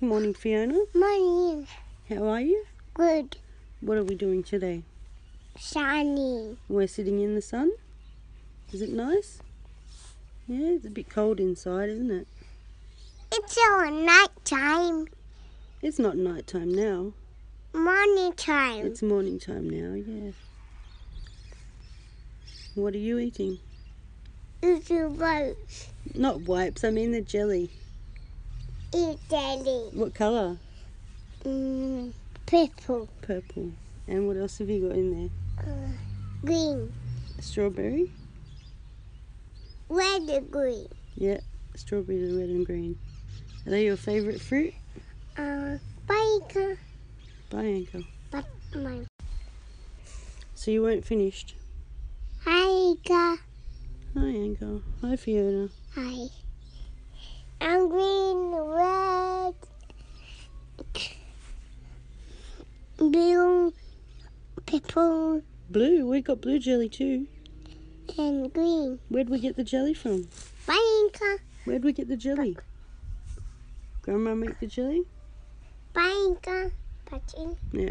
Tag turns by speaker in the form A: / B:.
A: Morning, Fiona.
B: Morning.
A: How are you?
B: Good.
A: What are we doing today?
B: Shiny.
A: We're sitting in the sun. Is it nice? Yeah, it's a bit cold inside, isn't it?
B: It's all night time.
A: It's not night time now.
B: Morning time.
A: It's morning time now, yeah. What are you eating?
B: It's about
A: Not wipes, I mean the jelly.
B: eat daddy.
A: What colour?
B: Mm, purple.
A: Purple. And what else have you got in there?
B: Uh, green.
A: Strawberry?
B: Red and green.
A: Yeah, strawberries are red and green. Are they your favourite fruit?
B: Uh, bike.
A: Bye, Uncle.
B: But my
A: So you weren't finished.
B: hiker.
A: Hi, Anko. Hi, Fiona.
B: Hi. I'm green, red, blue, purple,
A: Blue. We got blue jelly too.
B: and green.
A: Where'd we get the jelly from?
B: Banker,
A: Where'd we get the jelly? Grandma make the jelly?
B: banker, patching.
A: Yeah.